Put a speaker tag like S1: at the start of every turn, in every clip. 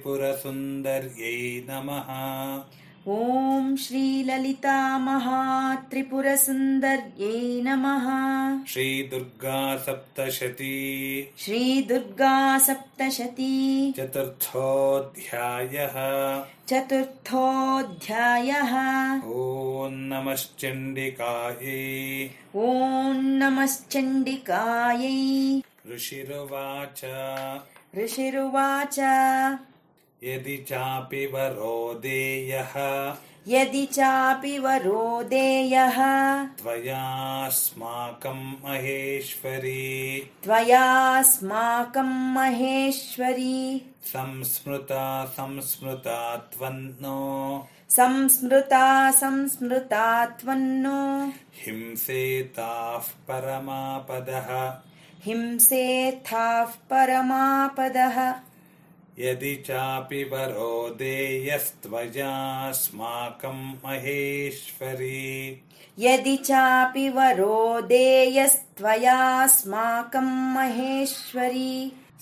S1: श्रीललितामहात्रिपुरसुन्दर्यै नमः
S2: ॐ श्रीललितामहात्रिपुरसुन्दर्यै नमः
S1: श्रीदुर्गा सप्तशती
S2: श्रीदुर्गा सप्तशती
S1: चतुर्थोऽध्यायः
S2: चतुर्थोऽध्यायः
S1: ॐ नमश्चण्डिकायै
S2: ॐ नमश्चण्डिकायै
S1: ऋषिरुवाच
S2: ऋषिरुवाच
S1: यदि चापि वरो देयः
S2: यदि चापि वरोदेयः
S1: त्वयास्माकम् महेश्वरी
S2: त्वयास्माकम् महेश्वरी
S1: संस्मृता संस्मृता त्वन्नो
S2: संस्मृता संस्मृता त्वन्नो
S1: हिंसेताः परमापदः
S2: हिंसेत्थाः परमापदः
S1: यदि चापि वरो देयस्त्वयास्माकम् महेश्वरी
S2: यदि चापि वरोदेयस्त्वयास्माकम् महेश्वरी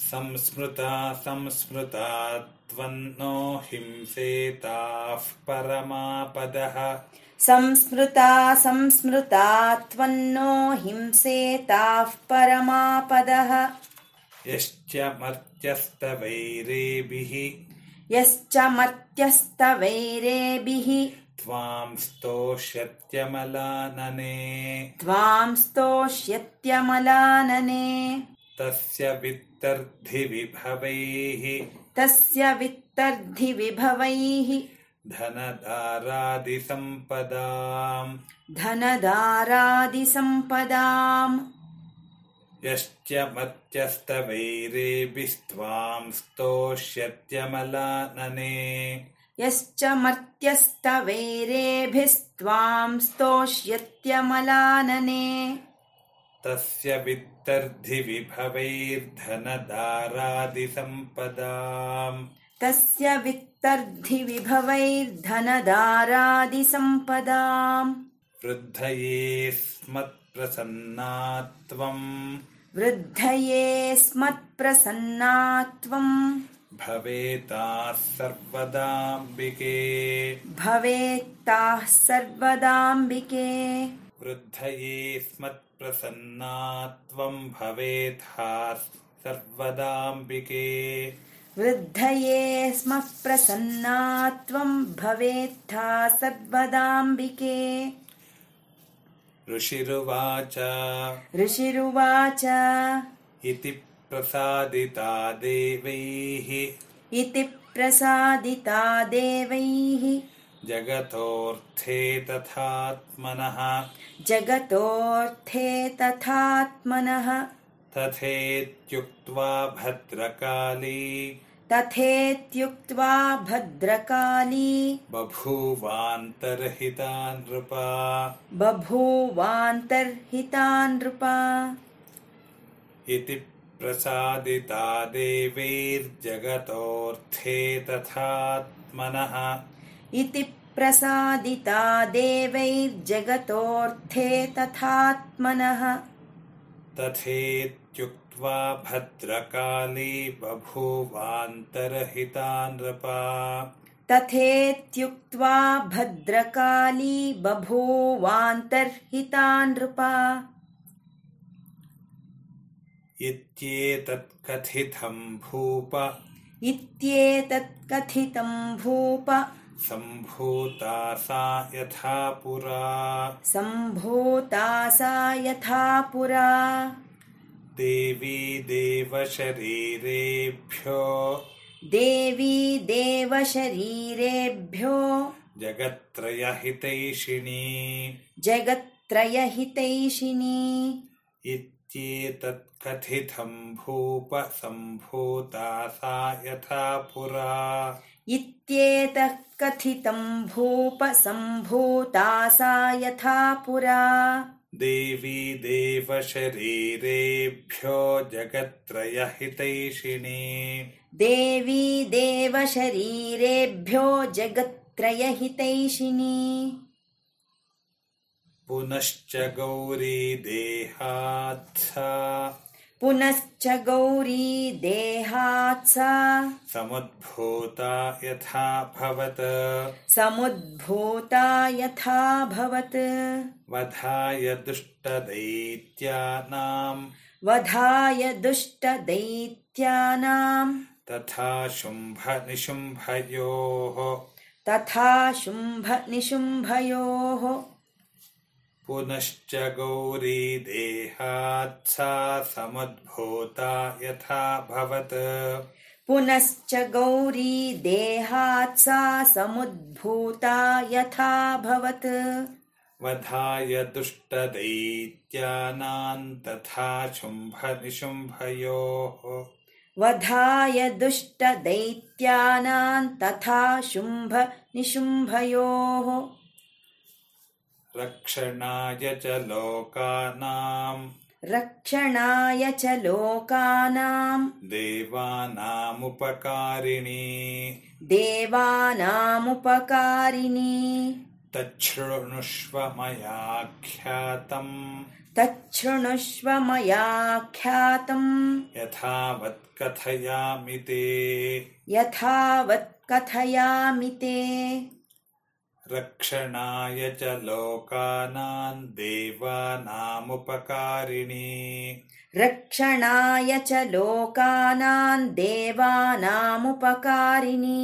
S1: संस्मृता संस्मृता त्वन्नो हिंसेताः परमापदः
S2: संस्मृता संस्मृता त्वन्नो हिंसेताः परमापदः
S1: यश्च मर्त्यस्तवैरेभिः
S2: यश्च मर्त्यस्तवैरेभिः
S1: त्वां स्तोष्यत्यमलानने
S2: त्वां स्तोष्यत्यमलानने
S1: तस्य वित्तर्धि विभवैः
S2: तस्य वित्तर्धि विभवैः
S1: धनदारादिसम्पदाम्
S2: धनदारादिसम्पदाम्
S1: यश्च मत्यस्तवैरेभिस्त्वां स्तोष्यत्यमलानने
S2: यश्च मर्त्यस्तवैरेभिस्त्वां स्तोष्यत्यमलानने
S1: तस्य वित्तर्धि विभवैर्धनदारादिसम्पदाम्
S2: तस्य वित्तर्धि विभवैर्धनदारादिसम्पदाम्
S1: वृद्धये स्मत्प्रसन्नात्वम्
S2: वृद्धये स्मत्प्रसन्नात्वम्
S1: भवेताः सर्वदाम्बिके
S2: भवेत्ताः सर्वदाम्बिके
S1: वृद्धये स्मत्प्रसन्ना त्वं भवेथा सर्वदाम्बिके
S2: वृद्धये स्मः प्रसन्ना त्वम् भवेत्था सर्वदाम्बिके
S1: ऋषिरुवाच
S2: ऋषिरुवाच
S1: इति प्रसादिता देवैः
S2: इति प्रसादिता देवैः
S1: जगतोऽर्थे तथात्मनः
S2: जगतोऽर्थे तथात्मनः
S1: तथेत्युक्त्वा भद्रकाली
S2: तथेत्युक्त्वा भद्रकाली
S1: बभूवान्तर्हिता नृपा
S2: बभूवान्तर्हिता नृपा
S1: इति प्रसादिता देवैर्जगतोऽर्थे तथात्मनः
S2: इति प्रसादिता देवैर्जगतोऽर्थे तथात्मनः
S1: तथेत्युक्त्वा भद्रकाली बभूवान्तर्हिता नृपा
S2: तथेत्युक्त्वा भद्रकाली बभूवान्तर्हिता नृपा
S1: इत्येतत् कथितम् भूप
S2: इत्येतत्कथितं भूप
S1: सम्भूता सा यथा पुरा
S2: सम्भूता सा यथा पुरा
S1: देवी देवशरीरेभ्यो
S2: देवी देवशरीरेभ्यो
S1: जगत्त्रयहितैषिणी
S2: जगत्त्रयहितैषिणी
S1: इत्येतत्कथितम् भूप सम्भूता सा यथा पुरा
S2: इत्येतः कथितं भूप सम्भूता सा यथा पुरा
S1: देवी देवशरीरेभ्यो जगत्त्रयहितैषिणी
S2: देवी देवशरीरेभ्यो जगत्त्रयहितैषिणी
S1: पुनश्च गौरी देहात् सा
S2: पुनश्च गौरी देहात् सा
S1: समुद्भूता यथा भवत्
S2: समुद्भूता यथा भवत्
S1: वधाय दुष्टदैत्यानाम्
S2: वधाय दुष्टदैत्यानाम्
S1: तथा शुम्भनिशुम्भयोः
S2: तथा शुम्भनिशुम्भयोः
S1: पुनश्च गौरी देहात् सा समुद्भूता यथा भवत्
S2: पुनश्च गौरी देहात् सा समुद्भूता यथा भवत्
S1: वधाय दुष्टदैत्यानाम् तथा शुम्भनिशुम्भयोः
S2: वधाय दुष्टदैत्यानां तथा शुम्भनिशुम्भयोः
S1: रक्षणाय च लोकानाम्
S2: रक्षणाय च लोकानां
S1: देवानामुपकारिणी
S2: देवानामुपकारिणी
S1: तच्छृणुष्व मया ख्यातम्
S2: तच्छृणुष्व मया ख्यातम्
S1: यथावत् कथयामि ते
S2: यथावत् कथयामि ते
S1: रक्षणाय च लोकानाम् देवानामुपकारिणी
S2: रक्षणाय च लोकानां देवानामुपकारिणी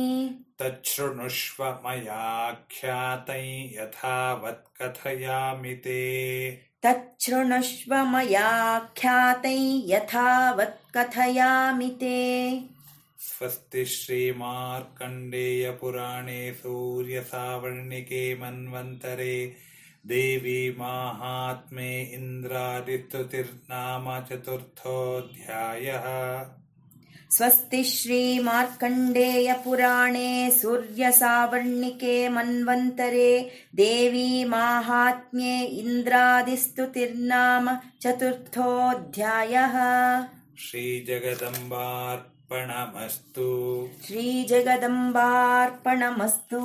S1: तच्छृणुष्व मया ख्यातै यथावत् कथयामि ते
S2: तच्छृणुष्व मया ख्यातै यथावत् कथयामि ते
S1: स्वस्ति श्रीमार्कण्डेयपुराणे सूर्यसावर्णिके मन्वन्तरे देवी माहात्म्ये इन्द्रादिस्तुतिर्नाम चतुर्थोऽध्यायः
S2: स्वस्ति श्रीमार्कण्डेयपुराणे सूर्यसावर्णिके मन्वन्तरे देवी माहात्म्ये इन्द्रादिस्तुतिर्नाम चतुर्थोऽध्यायः
S1: श्रीजगदम्बार्पणमस्तु
S2: श्रीजगदम्बार्पणमस्तु